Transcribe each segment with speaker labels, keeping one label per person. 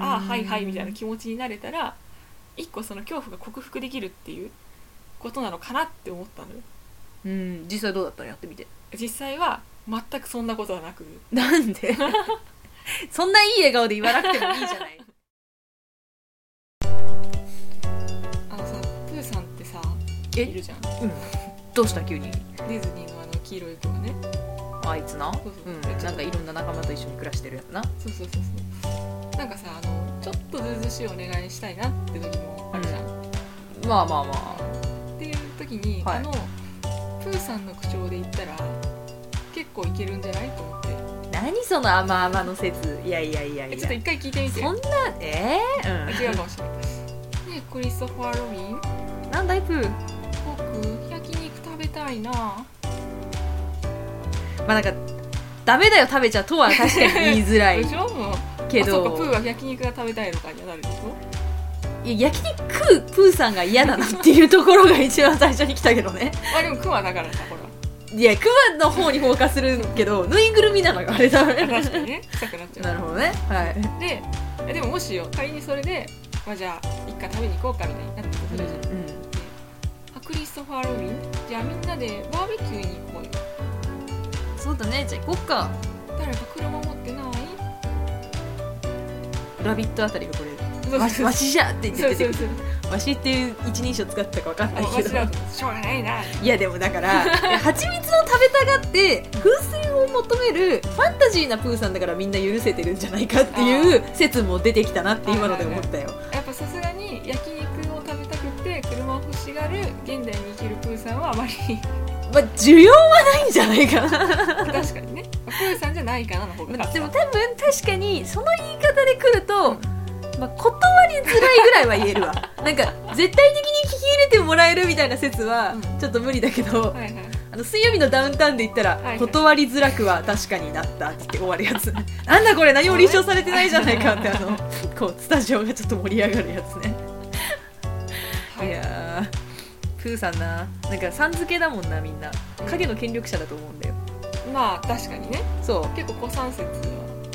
Speaker 1: あはいはいみたいな気持ちになれたら一個その恐怖が克服できるっていうことなのかなって思ったのよ
Speaker 2: うん実際どうだったのやってみて
Speaker 1: 実際は全くそんなことはなく
Speaker 2: なんで そんないい笑顔で言わなくてもいいじゃない
Speaker 1: あのさプーさんってさ
Speaker 2: え
Speaker 1: いるじゃん
Speaker 2: どうした急に
Speaker 1: ディズニーのあの黄色い子がね
Speaker 2: あいつな
Speaker 1: そうそう
Speaker 2: うんなんかいろんな仲間と一緒に暮らしてるやつな
Speaker 1: そうそうそうそうなんかさあのちょっとずうずうしいお願いしたいなって時もあるじゃん、
Speaker 2: まあまあま
Speaker 1: っていう時に、
Speaker 2: はい
Speaker 1: あのプーさんの口調で言ったら結構いけるんじゃないと思って
Speaker 2: あ何その甘々の説いやいやいやい
Speaker 1: え
Speaker 2: や
Speaker 1: ちょっと一回聞いてみて
Speaker 2: そんなえ
Speaker 1: あ
Speaker 2: ー、
Speaker 1: 違うかもしれないねえクリストファー・ロビン
Speaker 2: うんなんだいプー
Speaker 1: 僕焼肉食べたいな
Speaker 2: まあなんかダメだよ食べちゃとは確か に言いづらい
Speaker 1: でしょもう
Speaker 2: け
Speaker 1: あそうかプー
Speaker 2: ど
Speaker 1: は焼肉が食べたいのかになるでしょ
Speaker 2: いや焼肉食うプーさんが嫌だなっていうところが一番最初に来たけどね
Speaker 1: まあでもクマだからさほら
Speaker 2: いやクマの方にフォーカスするけどぬいぐるみなのよあれだね
Speaker 1: 確かにね臭くなっちゃう
Speaker 2: なるほどねはい
Speaker 1: でえでももしよ仮にそれで、まあ、じゃあ一回食べに行こうかみたいになってくるじゃん、あクリストファー・ロビンじゃあみんなでバーベキューに行こうよ
Speaker 2: そうだねじゃあ行こっか
Speaker 1: 誰か車持ってない
Speaker 2: 「ラビット!」あたりがこれ
Speaker 1: そ
Speaker 2: 「
Speaker 1: う
Speaker 2: わしわしじゃ!」って言
Speaker 1: そう
Speaker 2: って
Speaker 1: そう
Speaker 2: 出てく
Speaker 1: そう
Speaker 2: るわしっていう一人称使ったか分かんな
Speaker 1: あ
Speaker 2: い
Speaker 1: わ
Speaker 2: け
Speaker 1: しだ
Speaker 2: ど
Speaker 1: としょうがないない
Speaker 2: やでもだからいや蜂蜜を食べたがって風船を求めるファンタジーなプーさんだからみんな許せてるんじゃないかっていう説も出てきたなって今ので思ったよ
Speaker 1: やっぱさすがに焼肉を食べたくて車を欲しがる現代に生きるプーさんはあまり
Speaker 2: まあ需要はないんじゃないかな
Speaker 1: 確かにねプーさんじゃないかなの方が
Speaker 2: まあ
Speaker 1: 勝
Speaker 2: で
Speaker 1: っ
Speaker 2: も多分確かにその言い方で来ると、まあ、断りづらいぐらいは言えるわ なんか絶対的に聞き入れてもらえるみたいな説は
Speaker 1: うん
Speaker 2: ちょっと無理だけど、
Speaker 1: たはいはい
Speaker 2: あの水曜日のダウンタウンで言ったら、
Speaker 1: はい
Speaker 2: 断りづらくは確かになったって言って終わるやつ なんだこれ何も立証されてないじゃないかってあのこうスタジオがちょっと盛り上がるやつね、
Speaker 1: はい
Speaker 2: い、やープーさんななんかさん付けだもんなみんな影の権力者だと思うんだよ
Speaker 1: まあ確かにね
Speaker 2: そ
Speaker 1: 結構古参説は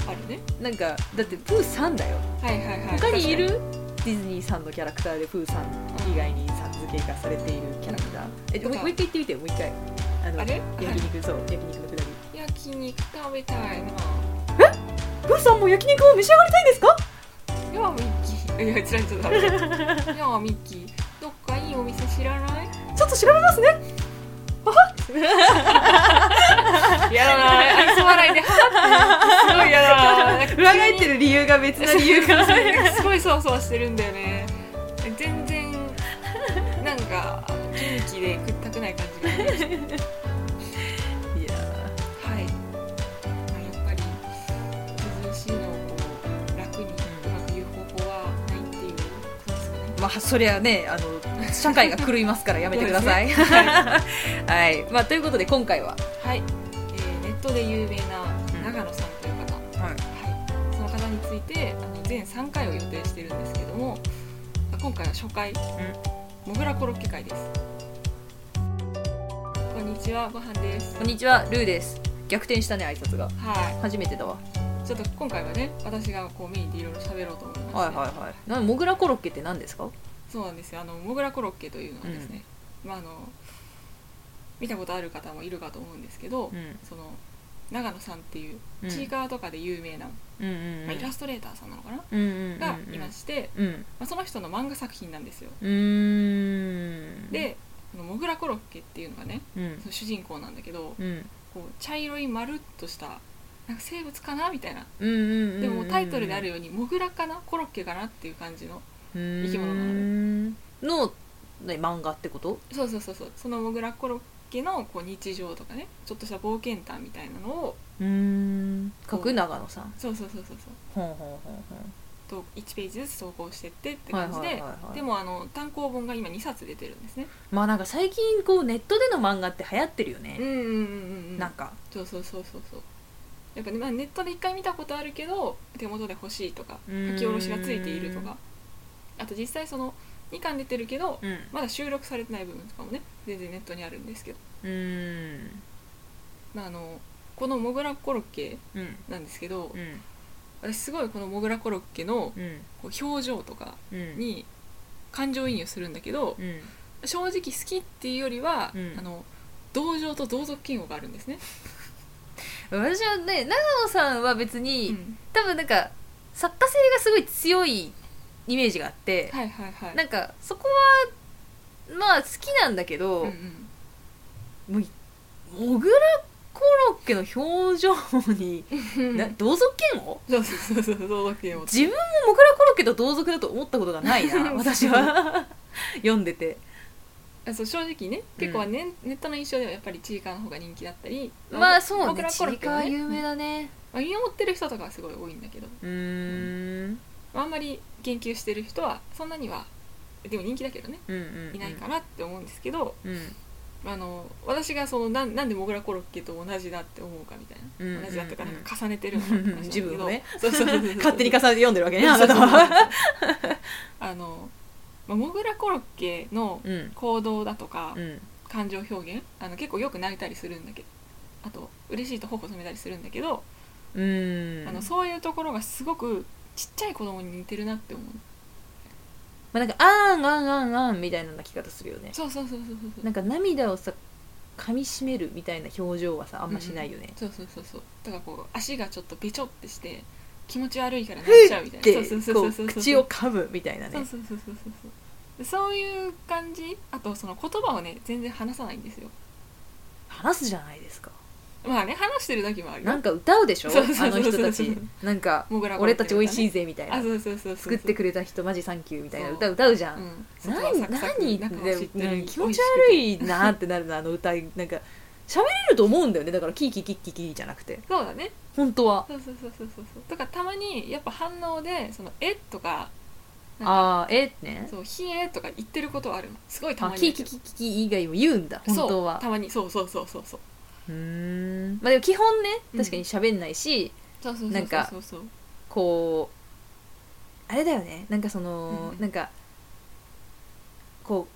Speaker 1: あるね
Speaker 2: うなんかだってプーさんだよ
Speaker 1: はいはいはい
Speaker 2: 他にいるディズニーさんのキャラクターでプーさん以外にさん付けがされているキャラクター、えもう
Speaker 1: とか
Speaker 2: もう一回言ってみてもう一回あの
Speaker 1: あれ
Speaker 2: 焼肉そう焼肉のくだり
Speaker 1: 焼肉食べたい な
Speaker 2: プーさんも焼肉を召し上がりたいんですか
Speaker 1: やあミッキーいや違うちょっと待ってやあミッキーどっかいいお店知らない
Speaker 2: ちょっと調べますね
Speaker 1: やだなあ愛想笑いでハってすごいやだな
Speaker 2: 裏返って
Speaker 1: る
Speaker 2: る理由が別な理由が
Speaker 1: すごいそわそわしてるんだよね全然なんか元気で食ったくない感じがは
Speaker 2: い
Speaker 1: い、
Speaker 2: や
Speaker 1: まあ、やっぱり涼しいのをこう楽にうまく言う方法はないっていうことですかね
Speaker 2: ーまあそりゃねあの社会が狂いますからやめてください、
Speaker 1: そうですねは
Speaker 2: はいまあということで今回は、
Speaker 1: はい、えーネットで有名な長野さんという方、はい、その方についてあの全3回を予定してるんですけどもあ今回は初回、モグラコロッケ会ですこんにちはごはんです
Speaker 2: こんにちはルーです逆転したね挨拶が
Speaker 1: は
Speaker 2: 初めてだわ
Speaker 1: いちょっと今回はね私がこうメインでいろいろ喋ろうと思いまし
Speaker 2: はいは
Speaker 1: て、
Speaker 2: いはいなモグラコロッケって何ですか
Speaker 1: そうなんですよあのモグラコロッケというのはですね、まああの見たことある方もいるかと思うんですけど、
Speaker 2: ん
Speaker 1: その長野さんっていう
Speaker 2: うん
Speaker 1: チーカーとかで有名な、
Speaker 2: うんうんうん
Speaker 1: まあイラストレーターさんなのかな、
Speaker 2: うんうんうんうん
Speaker 1: がいまして、
Speaker 2: うん
Speaker 1: まあ、その人の漫画作品なんですよ
Speaker 2: うーん、
Speaker 1: であのモグラコロッケっていうのがね
Speaker 2: うん
Speaker 1: その主人公なんだけど
Speaker 2: うん
Speaker 1: こう茶色い丸っとしたなんか生物かなみたいな
Speaker 2: うんうんうん
Speaker 1: でももうタイトルであるようにモグラかなコロッケかなっていう感じの
Speaker 2: 生
Speaker 1: き物なの
Speaker 2: のね漫画ってこと
Speaker 1: そうそうそうそうそのモグラコロッケのこう日常とかねちょっとした冒険談みたいなのを
Speaker 2: うーん書く長野さん
Speaker 1: そうそうそうそうそう
Speaker 2: ほんほんほんほん
Speaker 1: と1ページずつ投稿してってって感じで、
Speaker 2: はいはいはいはい
Speaker 1: でもあの単行本が今2冊出てるんですね
Speaker 2: まあなんか最近こうネットでの漫画って流行ってるよ
Speaker 1: うん
Speaker 2: ね、
Speaker 1: うんうんうんうん
Speaker 2: なんか
Speaker 1: そうそうそうそうそうやっぱね、まあ、ネットで一回見たことあるけど手元で欲しいとか
Speaker 2: うーん
Speaker 1: 書き下ろしがついているとかあと実際その2巻出てるけど
Speaker 2: うんう
Speaker 1: まだ収録されてない部分とかもね全然ネットにあるんですけど、
Speaker 2: ーん
Speaker 1: まあ、あのこのモグラコロッケ
Speaker 2: うん
Speaker 1: なんですけど
Speaker 2: うん
Speaker 1: 私すごいこのモグラコロッケの
Speaker 2: うん
Speaker 1: こう表情とか
Speaker 2: うん
Speaker 1: に感情移入するんだけど
Speaker 2: うん
Speaker 1: 正直好きっていうよりは、
Speaker 2: うん
Speaker 1: あの同情と同族嫌悪があるんですね、
Speaker 2: 私はね長野さんは別に、
Speaker 1: うん
Speaker 2: 多分なんか作家性がすごい強いイメージがあって、
Speaker 1: はいはいはい
Speaker 2: なんかそこはまあ好きなんだけど、
Speaker 1: うんうん
Speaker 2: もうモグラコロッケの表情に、な同族嫌悪
Speaker 1: そうそうそうそう同族嫌悪
Speaker 2: 自分もモグラコロッケと同族だと思ったことがない な私は読んでて
Speaker 1: あそう正直ね結構はね、ネットの印象ではやっぱりちいかわの方が人気だったり
Speaker 2: まあそう
Speaker 1: 僕
Speaker 2: ね
Speaker 1: ら
Speaker 2: ち
Speaker 1: コロ
Speaker 2: い
Speaker 1: ッケ
Speaker 2: か
Speaker 1: は
Speaker 2: わ
Speaker 1: ね
Speaker 2: 有名
Speaker 1: ま
Speaker 2: だね
Speaker 1: あ見守ってる人とかはすごい多いんだけど、
Speaker 2: うーん
Speaker 1: まあ、あんまり言及してる人はそんなにはでも人気だけどね
Speaker 2: うんうんうん
Speaker 1: いないかなって思うんですけど、
Speaker 2: うん
Speaker 1: あの私がそのなんなんでモグラコロッケと同じだって思うかみたいな、
Speaker 2: うんうんうん
Speaker 1: 同じだとかなんか重ねてるのかって話なんだけど
Speaker 2: 自分をね
Speaker 1: そうそうそうそう
Speaker 2: 勝手に重ねて読んでるわけね
Speaker 1: そ
Speaker 2: あ
Speaker 1: うそ
Speaker 2: な
Speaker 1: うそ
Speaker 2: た
Speaker 1: うそう
Speaker 2: は
Speaker 1: あの、まあ、モグラコロッケの
Speaker 2: うん
Speaker 1: 行動だとか、
Speaker 2: うん
Speaker 1: 感情表現あの結構よく泣いたりするんだけどあと嬉しいと頬染めたりするんだけど、
Speaker 2: うん
Speaker 1: あのそういうところがすごくちっちゃい子供に似てるなって思う
Speaker 2: まあ、なんかあーんあんあんあんみたいな泣き方するよね
Speaker 1: そうそうそうそうそう
Speaker 2: なんか涙をさ噛みしめるみたいな表情はさあんましないよね、
Speaker 1: そうそうそうそうだからこう足がちょっとべちょってして気持ち悪いから泣いちゃうみたいなそうそうそうそうそう
Speaker 2: こ
Speaker 1: そう
Speaker 2: う口を噛むみたいな
Speaker 1: そう
Speaker 2: ね
Speaker 1: そうそうそうそうでそういう感じあとその言葉をね全然話さないんですよ
Speaker 2: 話すじゃないですか
Speaker 1: まあね話してる時もある
Speaker 2: な
Speaker 1: よ
Speaker 2: んか歌うでしょ
Speaker 1: そうそうそう
Speaker 2: あの人た
Speaker 1: そう
Speaker 2: ち
Speaker 1: そう
Speaker 2: なんか
Speaker 1: モグラコロ
Speaker 2: 俺
Speaker 1: ッケ
Speaker 2: た
Speaker 1: と
Speaker 2: ち
Speaker 1: か
Speaker 2: 美
Speaker 1: ね
Speaker 2: 味しいぜみたいな
Speaker 1: あそうそうそうそう
Speaker 2: 作ってくれた人マジサンキューみたいな
Speaker 1: そう
Speaker 2: 歌歌うじゃ
Speaker 1: うんん外は
Speaker 2: 何
Speaker 1: サクサク
Speaker 2: 何
Speaker 1: 中はしっとり
Speaker 2: うん気持ち
Speaker 1: 美
Speaker 2: 悪
Speaker 1: 味しくて
Speaker 2: いなってなるのあの歌なんか喋れると思うんだよねだからキーキーキーキーキーじゃなくて
Speaker 1: そうだね
Speaker 2: 本当は
Speaker 1: そうそうそうそうそうそうとかたまにやっぱ反応でそのえとかなんか
Speaker 2: ああーえーってね
Speaker 1: そうひえとか言ってることあるのすごいた
Speaker 2: あ
Speaker 1: まに
Speaker 2: キーキーキーキーキー以外も言うんだ本当
Speaker 1: そう
Speaker 2: は
Speaker 1: たまにそうそうそうそうそう
Speaker 2: うーんまあでも基本ね
Speaker 1: うん
Speaker 2: 確かに喋んないし、
Speaker 1: そうそう
Speaker 2: なんか
Speaker 1: そうそうそう
Speaker 2: こうあれだよねなんかその、
Speaker 1: うん
Speaker 2: なんかこう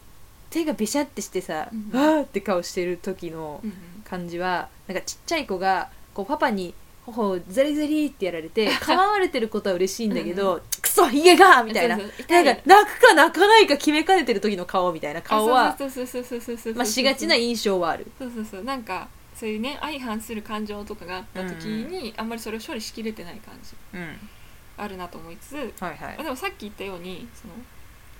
Speaker 2: 手がべしゃってしてさ、
Speaker 1: うん
Speaker 2: わーって顔してる時の
Speaker 1: うんうん
Speaker 2: 感じはなんかちっちゃい子がこうパパに頬をザリザリってやられ て構われてることは嬉しいんだけどクソヒゲがみたいな
Speaker 1: そうそう
Speaker 2: なんか泣くか泣かないか決めかねてる時の顔みたいな顔は
Speaker 1: そうそうそうそうそうそうそうそうそう
Speaker 2: まあしがちな印象はある。
Speaker 1: そうそうそうなんかそういうね相反する感情とかがあった時に、あんまりそれを処理しきれてない感じあるなと思いつつ
Speaker 2: はいは
Speaker 1: あでもさっき言ったようにその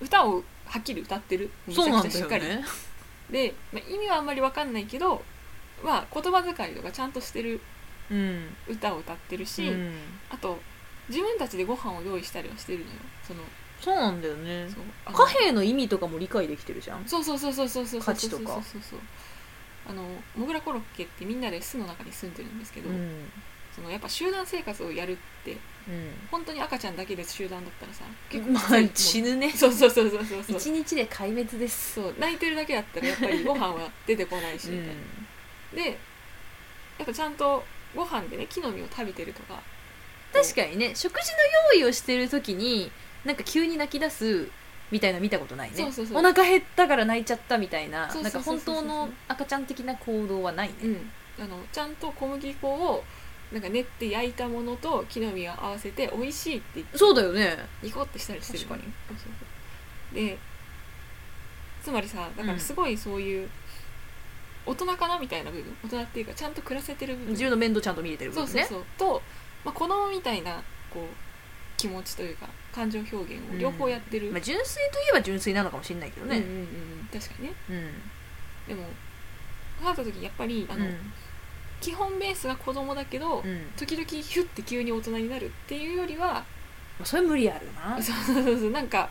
Speaker 1: 歌をはっきり歌ってるめちゃ
Speaker 2: そうな
Speaker 1: くち
Speaker 2: んだ
Speaker 1: ゃしっ
Speaker 2: よ
Speaker 1: かり
Speaker 2: ね。
Speaker 1: で、まあ、意味はあんまりわかんないけど、まあ、言葉遣いとかちゃんとしてる
Speaker 2: うん。
Speaker 1: 歌を歌ってるし、
Speaker 2: うん
Speaker 1: あと自分たちでご飯を用意したりはしてるのよその
Speaker 2: そうなんだよね
Speaker 1: そうあの
Speaker 2: 貨幣の意味とかも理解できてるじゃん
Speaker 1: そうそうそうそうそうそうそう
Speaker 2: 価値
Speaker 1: そ
Speaker 2: と
Speaker 1: うそう
Speaker 2: か
Speaker 1: そうそうあのモグラコロッケってみんなで巣の中に住んでるんですけど、
Speaker 2: ん
Speaker 1: そのやっぱ集団生活をやるって本当に赤ちゃんだけで集団だったらさ結
Speaker 2: ま
Speaker 1: きつい
Speaker 2: あ
Speaker 1: もん
Speaker 2: 死ぬね
Speaker 1: そうそうそうそうそうそう
Speaker 2: 一日で壊滅です
Speaker 1: そう泣いてるだけだったらやっぱりご飯は出てこないしみたいな、でやっぱちゃんとご飯でね木の実を食べてるとか
Speaker 2: 確かにね食事の用意をしてる時になんか急に泣き出すみたいな見たことないね
Speaker 1: そうそうそう
Speaker 2: お腹減ったから泣いちゃったみたいな
Speaker 1: そう
Speaker 2: な
Speaker 1: そ
Speaker 2: ん
Speaker 1: うそ
Speaker 2: か
Speaker 1: うそう
Speaker 2: 本当の赤ちゃん的な行動はないね
Speaker 1: うん、あのちゃんと小麦粉をなんか練って焼いたものと木の実を合わせて美味しいって言って
Speaker 2: そうだよね
Speaker 1: ニコってしたりしてる
Speaker 2: 確かに
Speaker 1: そうそうそうでつまりさだからすごいそういう大人かなみたいな部分大人っていうかちゃんと暮らせてる部分
Speaker 2: 自分の面倒ちゃんと見れてるも
Speaker 1: そ
Speaker 2: ん
Speaker 1: う
Speaker 2: ね
Speaker 1: そうそうと、まあ、子供みたいなこう気持ちというか感情表現を両方やってる、
Speaker 2: まあ、純粋といえば純粋なのかもしれないけど
Speaker 1: うんうん
Speaker 2: ね
Speaker 1: うん確かにね
Speaker 2: うん、
Speaker 1: でもそうなった時やっぱりあの、基本ベースが子供だけど、
Speaker 2: うん
Speaker 1: 時々ヒュッて急に大人になるっていうよりは
Speaker 2: まあそれ無理あるな
Speaker 1: そうそうそうそうなんか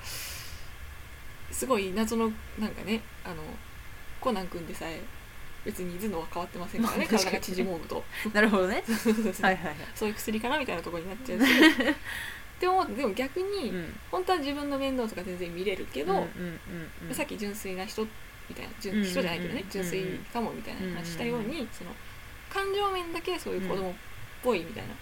Speaker 1: すごい謎のなんかねあのコナン君でさえ別に頭脳は変わってませんからね
Speaker 2: まあ確か
Speaker 1: 体
Speaker 2: に
Speaker 1: が縮もう と
Speaker 2: なるほどね
Speaker 1: そうそうそう
Speaker 2: はいはいはい
Speaker 1: そういう薬かなみたいなところになっ ちゃうしでもでも逆に、
Speaker 2: うん
Speaker 1: 本当は自分の面倒とか全然見れるけ
Speaker 2: うんう
Speaker 1: ど
Speaker 2: ん、うんうん
Speaker 1: さっき純粋な人みたいな純
Speaker 2: うんうんうん
Speaker 1: 人じゃないけどね、
Speaker 2: うん
Speaker 1: 純粋かもみたいな話したように、その感情面だけそういう子供っぽいみたいな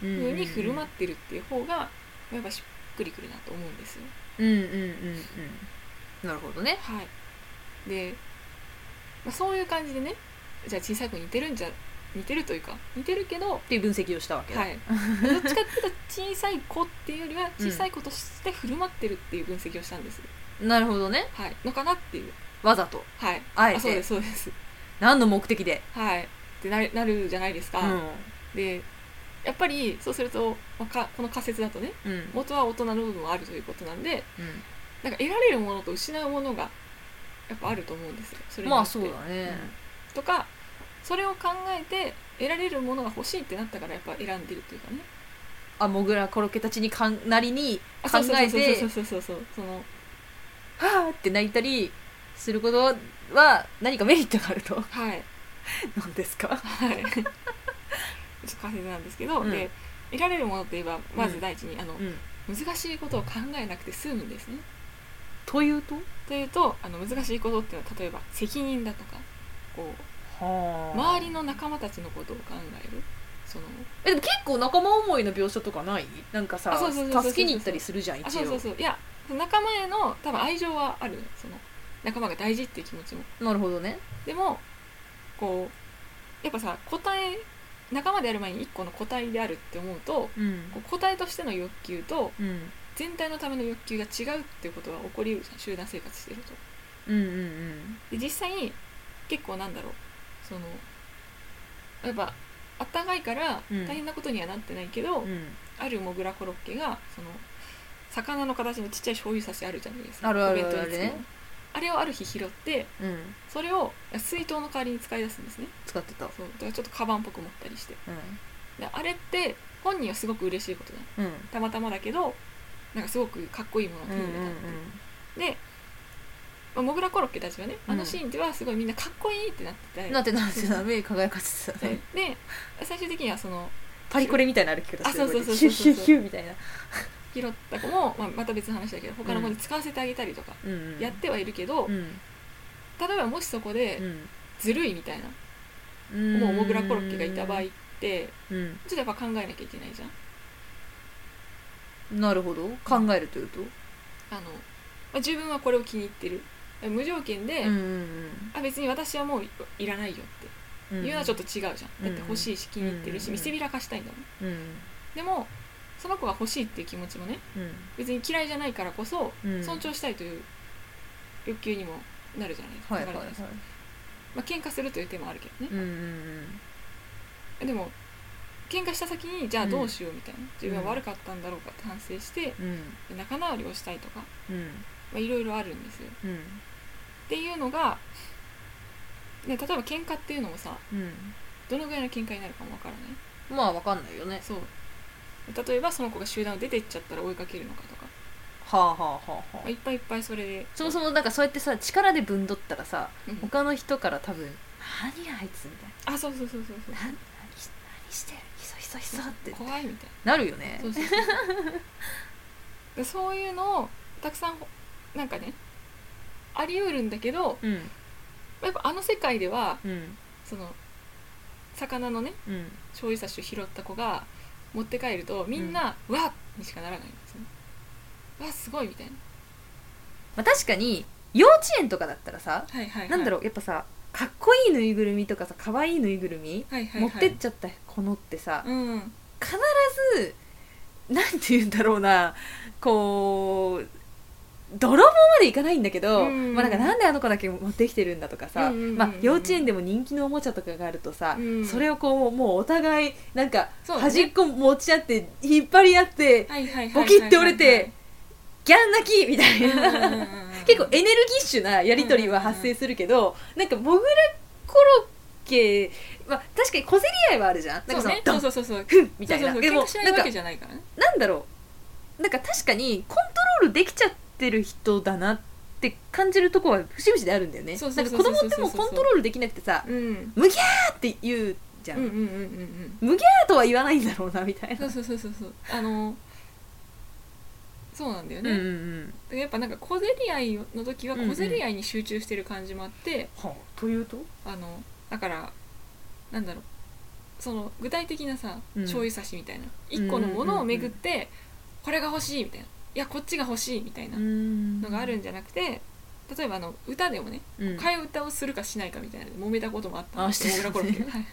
Speaker 1: ふうに振る舞ってるっていう方がやっぱしっくりくるなと思うんですよ。
Speaker 2: うんうんうんうんなるほどね
Speaker 1: はい、で、まあ、そういう感じでねじゃあ小さい子に似てるんじゃ似てるというか似てるけど、
Speaker 2: ていう分析をしたわけだ、
Speaker 1: はい、どっちかっていうと小さい子っていうよりは小さい子として振る舞ってるっていう分析をしたんです、
Speaker 2: なるほどね
Speaker 1: はい、のかなっていう
Speaker 2: わざと
Speaker 1: はい
Speaker 2: あえて
Speaker 1: そうですそうです
Speaker 2: 何の目的で
Speaker 1: はいってなるなるじゃないですか、でやっぱりそうすると、まあかこの仮説だとね
Speaker 2: うんうん
Speaker 1: 元は大人の部分はあるということなんで
Speaker 2: うん
Speaker 1: なんか得られるものと失うものがやっぱあると思うんですよそれに
Speaker 2: ま
Speaker 1: よ
Speaker 2: あ
Speaker 1: って
Speaker 2: そうだね、
Speaker 1: とかそれを考えて得られるものが欲しいってなったからやっぱ選んでるというかね
Speaker 2: あモグラコロッケたちにかんなりに
Speaker 1: あ
Speaker 2: 考
Speaker 1: そうそう
Speaker 2: え
Speaker 1: そ
Speaker 2: て
Speaker 1: うそうそうそうそうその
Speaker 2: はあって泣いたりすることは何かメリットがある と
Speaker 1: はい
Speaker 2: なんですか
Speaker 1: はい ちょっと仮説なんですけど、
Speaker 2: うん
Speaker 1: で得られるものといえばまず第一に、あの
Speaker 2: うん
Speaker 1: 難しいことを考えなくて済むんですね
Speaker 2: というと
Speaker 1: というとあの難しいことっていうのは例えば責任だとかこう
Speaker 2: は
Speaker 1: 周りの仲間たちのことを考えるその
Speaker 2: えでも結構仲間思いの描写とかないなんかさ
Speaker 1: あそうそうそうそう
Speaker 2: 助けに行ったりするじゃん一
Speaker 1: あ
Speaker 2: 応
Speaker 1: そうそうそういや仲間への多分愛情はあるのよその仲間が大事っていう気持ちも
Speaker 2: なるほどね
Speaker 1: でもこうやっぱさ答え仲間である前に一個の個体であるって思うと
Speaker 2: うん
Speaker 1: こう個体としての欲求と
Speaker 2: うん
Speaker 1: 全体のための欲求が違うっていうことは起こりうるじゃん集団生活してると
Speaker 2: うんうん
Speaker 1: で実際に結構なんだろうそのやっぱあったかいから
Speaker 2: うん
Speaker 1: 大変なことにはなってないけど、
Speaker 2: うんうん
Speaker 1: あるモグラコロッケがその魚の形のちっちゃい醤油差しあるじゃないですか
Speaker 2: あるある
Speaker 1: お弁当につくの
Speaker 2: あるね
Speaker 1: あれをある日拾って
Speaker 2: うん
Speaker 1: それを水筒の代わりに使い出すんですね
Speaker 2: 使ってた
Speaker 1: そうだからちょっとカバンっぽく持ったりして
Speaker 2: う
Speaker 1: であれって本人はすごく嬉しいことだ
Speaker 2: んうん
Speaker 1: たまたまだけどなんかすごくかっこいいものを手に入れたっていうで、まあ、モグラコロッケたちはねあのシーンではすごいみんなかっこいいってなってて、
Speaker 2: なんてなんてな目輝かせてた
Speaker 1: そう
Speaker 2: ね
Speaker 1: で最終的にはその
Speaker 2: パリコレみたいな歩き方してる
Speaker 1: あそうそうそう
Speaker 2: ヒ
Speaker 1: そ
Speaker 2: ュッ
Speaker 1: う
Speaker 2: ヒュッヒュッみたいな
Speaker 1: 拾った子も、まあ、また別の話だけど他の子に使わせてあげたりとか
Speaker 2: うん
Speaker 1: やってはいるけど、
Speaker 2: う
Speaker 1: 例
Speaker 2: ん
Speaker 1: えばもしそこでずるいみたいな、
Speaker 2: うん
Speaker 1: もうモグラコロッケがいた場合って
Speaker 2: うん
Speaker 1: ちょっとやっぱ考えなきゃいけないじゃん
Speaker 2: なるほど考えるというと
Speaker 1: あの、まあ、自分はこれを気に入ってる無条件で、
Speaker 2: うんうん
Speaker 1: あ別に私はもういいらないよって
Speaker 2: うん
Speaker 1: いうのはちょっと違うじゃん、
Speaker 2: うん
Speaker 1: だって欲しいし気に入ってるし、
Speaker 2: うん
Speaker 1: 見せびらかしたいんだもん
Speaker 2: うん
Speaker 1: でもその子が欲しいっていう気持ちもね
Speaker 2: うん
Speaker 1: 別に嫌いじゃないからこそ
Speaker 2: うん
Speaker 1: 尊重したいという欲求にもなるじゃないですか、
Speaker 2: はいは
Speaker 1: ないる
Speaker 2: は
Speaker 1: じ
Speaker 2: い
Speaker 1: ゃないですかまあ喧嘩するという手もあるけどね
Speaker 2: うん、うんうん
Speaker 1: でも喧嘩した先にじゃあどうしようみたいな、自分は悪かったんだろうかって反省して
Speaker 2: うん
Speaker 1: 仲直りをしたいとか
Speaker 2: うん
Speaker 1: まあいろいろあるんですよ
Speaker 2: うん
Speaker 1: っていうのが、ね、例えば喧嘩っていうのもさ
Speaker 2: うん
Speaker 1: どのぐらいの喧嘩になるかもわからない
Speaker 2: まあわかんないよね
Speaker 1: そう例えばその子が集団を出ていっちゃったら追いかけるのかとか、
Speaker 2: はあはあはあは
Speaker 1: まあ、
Speaker 2: あ
Speaker 1: いっぱいいっぱいそれで
Speaker 2: そもそもなんかそうやってさ力でぶんどったらさ
Speaker 1: うん
Speaker 2: 他の人から多分「何やあいつ」みたい
Speaker 1: あそうそうそうそうそう
Speaker 2: な「何何し何してるひそひそひそ」って
Speaker 1: 怖いみたい
Speaker 2: なるよね
Speaker 1: なそうそうそうでそういうのをたくさんなんかねあり得るんだけど
Speaker 2: うん
Speaker 1: やっぱあの世界では
Speaker 2: うん
Speaker 1: その魚のね
Speaker 2: うん
Speaker 1: 醤油差しを拾った子が持って帰るとみんな「わっ!」にしかならないんですよね。わっすごいみたいな。
Speaker 2: まあ確かに幼稚園とかだったらさ
Speaker 1: はいはい
Speaker 2: なんだろうやっぱさかっこいいぬいぐるみとかさかわいいぬいぐるみ
Speaker 1: う、はいはいはい、
Speaker 2: 持ってっちゃったこのってさ
Speaker 1: うん
Speaker 2: 必ずなんて言うんだろうなこう泥棒までいかないんだけど、
Speaker 1: うん
Speaker 2: まあ、なんかなんであの子だけ持ってきてるんだとかさ、
Speaker 1: うんうんうんうん
Speaker 2: まあ、幼稚園でも人気のおもちゃとかがあるとさ、
Speaker 1: うん
Speaker 2: それをこうもうお互いなんか
Speaker 1: そうだね
Speaker 2: 端っこ持ち合って引っ張り合って
Speaker 1: はいはいはいは
Speaker 2: ボ
Speaker 1: い
Speaker 2: キって折れてギャン泣きみたい
Speaker 1: はいはいはい
Speaker 2: な。
Speaker 1: うんうんうんうん
Speaker 2: 結構エネルギッシュなやり取りは発生するけど、なんかモグラコロッケは確かに小競り合いはあるじゃんなんか
Speaker 1: そう
Speaker 2: その
Speaker 1: ね
Speaker 2: ドン
Speaker 1: そうそうそうそう
Speaker 2: フンみたいな
Speaker 1: そうそう
Speaker 2: でも
Speaker 1: 喧嘩しな
Speaker 2: ないん
Speaker 1: わ
Speaker 2: か
Speaker 1: けじゃないからね
Speaker 2: なんだろうなんか確かにコントロールできちゃってる人だなって感じるとこは節々であるんだよね
Speaker 1: そう
Speaker 2: な
Speaker 1: そ
Speaker 2: ん
Speaker 1: う
Speaker 2: か
Speaker 1: そう
Speaker 2: 子
Speaker 1: そ
Speaker 2: 供
Speaker 1: う
Speaker 2: ってもうコントロールできなくてさ
Speaker 1: うんう
Speaker 2: 「
Speaker 1: ん
Speaker 2: あ」って言うじゃん、
Speaker 1: うんうん
Speaker 2: あ
Speaker 1: うんうん
Speaker 2: とは言わないんだろうなみたい
Speaker 1: そ
Speaker 2: な
Speaker 1: うそうそうそうそうあのそうなんだよ
Speaker 2: うんう
Speaker 1: ね、
Speaker 2: んうん
Speaker 1: でやっぱなんか小競り合いの時は小競り合いに集中してる感じもあって、
Speaker 2: はというと
Speaker 1: あのだからなんだろうその具体的なさ
Speaker 2: うん
Speaker 1: 醤油差しみたいな、一個のものを巡って、これが欲しいみたいないやこっちが欲しいみたいな
Speaker 2: の
Speaker 1: のがあるん
Speaker 2: じ
Speaker 1: じゃなくて例えばあの歌でもね
Speaker 2: ゃん、うん
Speaker 1: 替え歌をするかしないかみたいなので揉めたこともあったん
Speaker 2: あ
Speaker 1: で
Speaker 2: してたね
Speaker 1: モグラコロッケがはい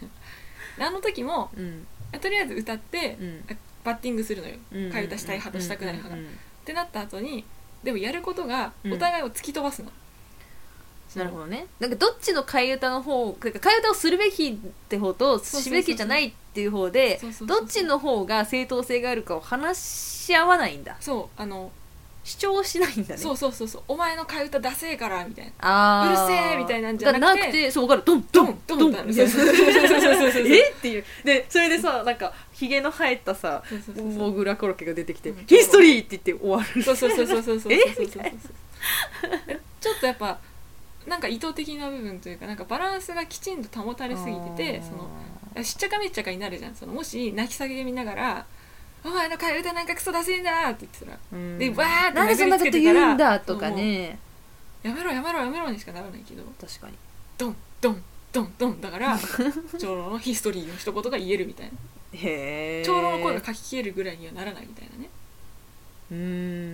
Speaker 1: であの時も
Speaker 2: うん
Speaker 1: とりあえず歌って
Speaker 2: うん
Speaker 1: バッティングするのよ
Speaker 2: うん
Speaker 1: 替え歌したい派としたくない派が
Speaker 2: うんうんうん
Speaker 1: ってなった後にでもやることが
Speaker 2: うん
Speaker 1: お互いを突き飛ばすの、
Speaker 2: なるほどねなんかどっちの替え歌の方てか替え歌をするべきって方と
Speaker 1: そうそうそう
Speaker 2: すべきじゃないっていう方で
Speaker 1: そうそうそうそ
Speaker 2: ど
Speaker 1: う
Speaker 2: っちの方が正当性があるかを話し合わないんだ
Speaker 1: そうあの
Speaker 2: 主張しないんだね
Speaker 1: そうそうそうそうお前の替え歌ダセえからみたいな
Speaker 2: あー
Speaker 1: うるせえみたいなんじゃなくて
Speaker 2: がなくてそう分かるドンドン
Speaker 1: ド
Speaker 2: ド
Speaker 1: ン
Speaker 2: ン
Speaker 1: ドン
Speaker 2: みたいな
Speaker 1: そうそうそうそうそうそう
Speaker 2: えっていうでそれでさなんかひげの生えたさ
Speaker 1: そうそうそうそう
Speaker 2: モグラコロッケが出てきて
Speaker 1: うん
Speaker 2: 「ヒストリー!」って言って終わる
Speaker 1: そうそうそうそうそうそうそうそう
Speaker 2: え
Speaker 1: そうそうちょっとやっぱなんか意図的な部分というかなんかバランスがきちんと保たれすぎててそのしっちゃかめっちゃかになるじゃんそのもし泣き叫びながら「お前の替え歌なんかクソダセえんだ!」って言ってたら
Speaker 2: うん
Speaker 1: でわーって
Speaker 2: なんでそんなこと言うんだとかね
Speaker 1: 「やめろやめろやめろ」にしかならないけど
Speaker 2: 確かに
Speaker 1: ドンドンドンドンだから長老のヒストリーの一言が言えるみたいな
Speaker 2: へえ
Speaker 1: 長老の声が書き消えるぐらいにはならないみたいなね
Speaker 2: うー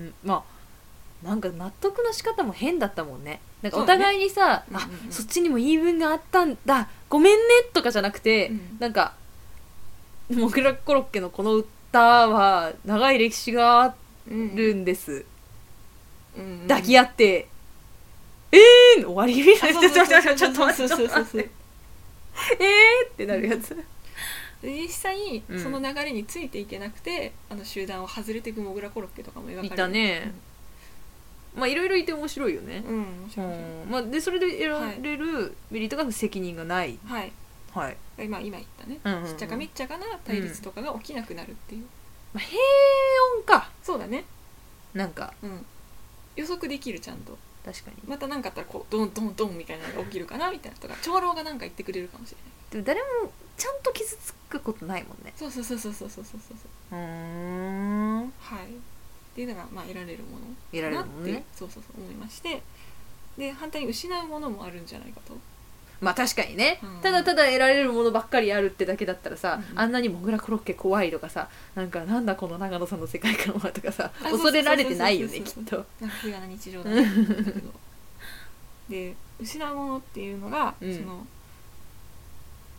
Speaker 2: んまあなんか納得の仕方も変だったもんねなんか
Speaker 1: そ
Speaker 2: お
Speaker 1: うだね
Speaker 2: 互いにさ、
Speaker 1: うんうん
Speaker 2: あ
Speaker 1: うん
Speaker 2: そっちにも言い分があったんだごめんねとかじゃなくて、
Speaker 1: うん
Speaker 2: なんかモグラコロッケのこの歌は長い歴史があるんです、抱き
Speaker 1: 合
Speaker 2: 合って、えー、終わりみたいなちょっと待ってちょっと待ってちょっと待ってえーってなるやつ
Speaker 1: 実際
Speaker 2: うん
Speaker 1: その流れについていけなくて、あの集団を外れていくモグラコロッケとかも描かれて
Speaker 2: いたねまあいろいろいて面白いよね
Speaker 1: う、ん、うん面白い面
Speaker 2: うんまあ、でそれで選べるメリットが責任がない
Speaker 1: 白いはい
Speaker 2: はい、
Speaker 1: でまあ今言ったね、
Speaker 2: うんうんうん
Speaker 1: しっちゃかめっちゃかな対立とかが起きなくなるっていう、
Speaker 2: まあ、平穏か
Speaker 1: そうだね
Speaker 2: なんか
Speaker 1: うん予測できるちゃんと
Speaker 2: 確かに
Speaker 1: また何かあったらこうドンドンドンみたいなのが起きるかなみたいなとか長老が何か言ってくれるかもしれない
Speaker 2: でも誰もちゃんと傷つくことないもんね
Speaker 1: そうそうそうそうそうそうそう
Speaker 2: う
Speaker 1: そう
Speaker 2: ん
Speaker 1: はいっていうのがまあ得られるもの
Speaker 2: 得られるもん
Speaker 1: なっ
Speaker 2: ね
Speaker 1: てそうそうそう思いましてで反対に失うものもあるんじゃないかと
Speaker 2: まあ確かにね、
Speaker 1: うん
Speaker 2: ただただ得られるものばっかりあるってだけだったらさ、
Speaker 1: うん
Speaker 2: あんなにモグラコロッケ怖いとかさなんかなんだこの長野さんの世界観はとかさ
Speaker 1: あそうそうそうそう
Speaker 2: 恐れられてないよねき
Speaker 1: そ
Speaker 2: っ
Speaker 1: う
Speaker 2: と
Speaker 1: なんか平和な日常だなと思ったけどで失うものっていうのが、
Speaker 2: うん
Speaker 1: その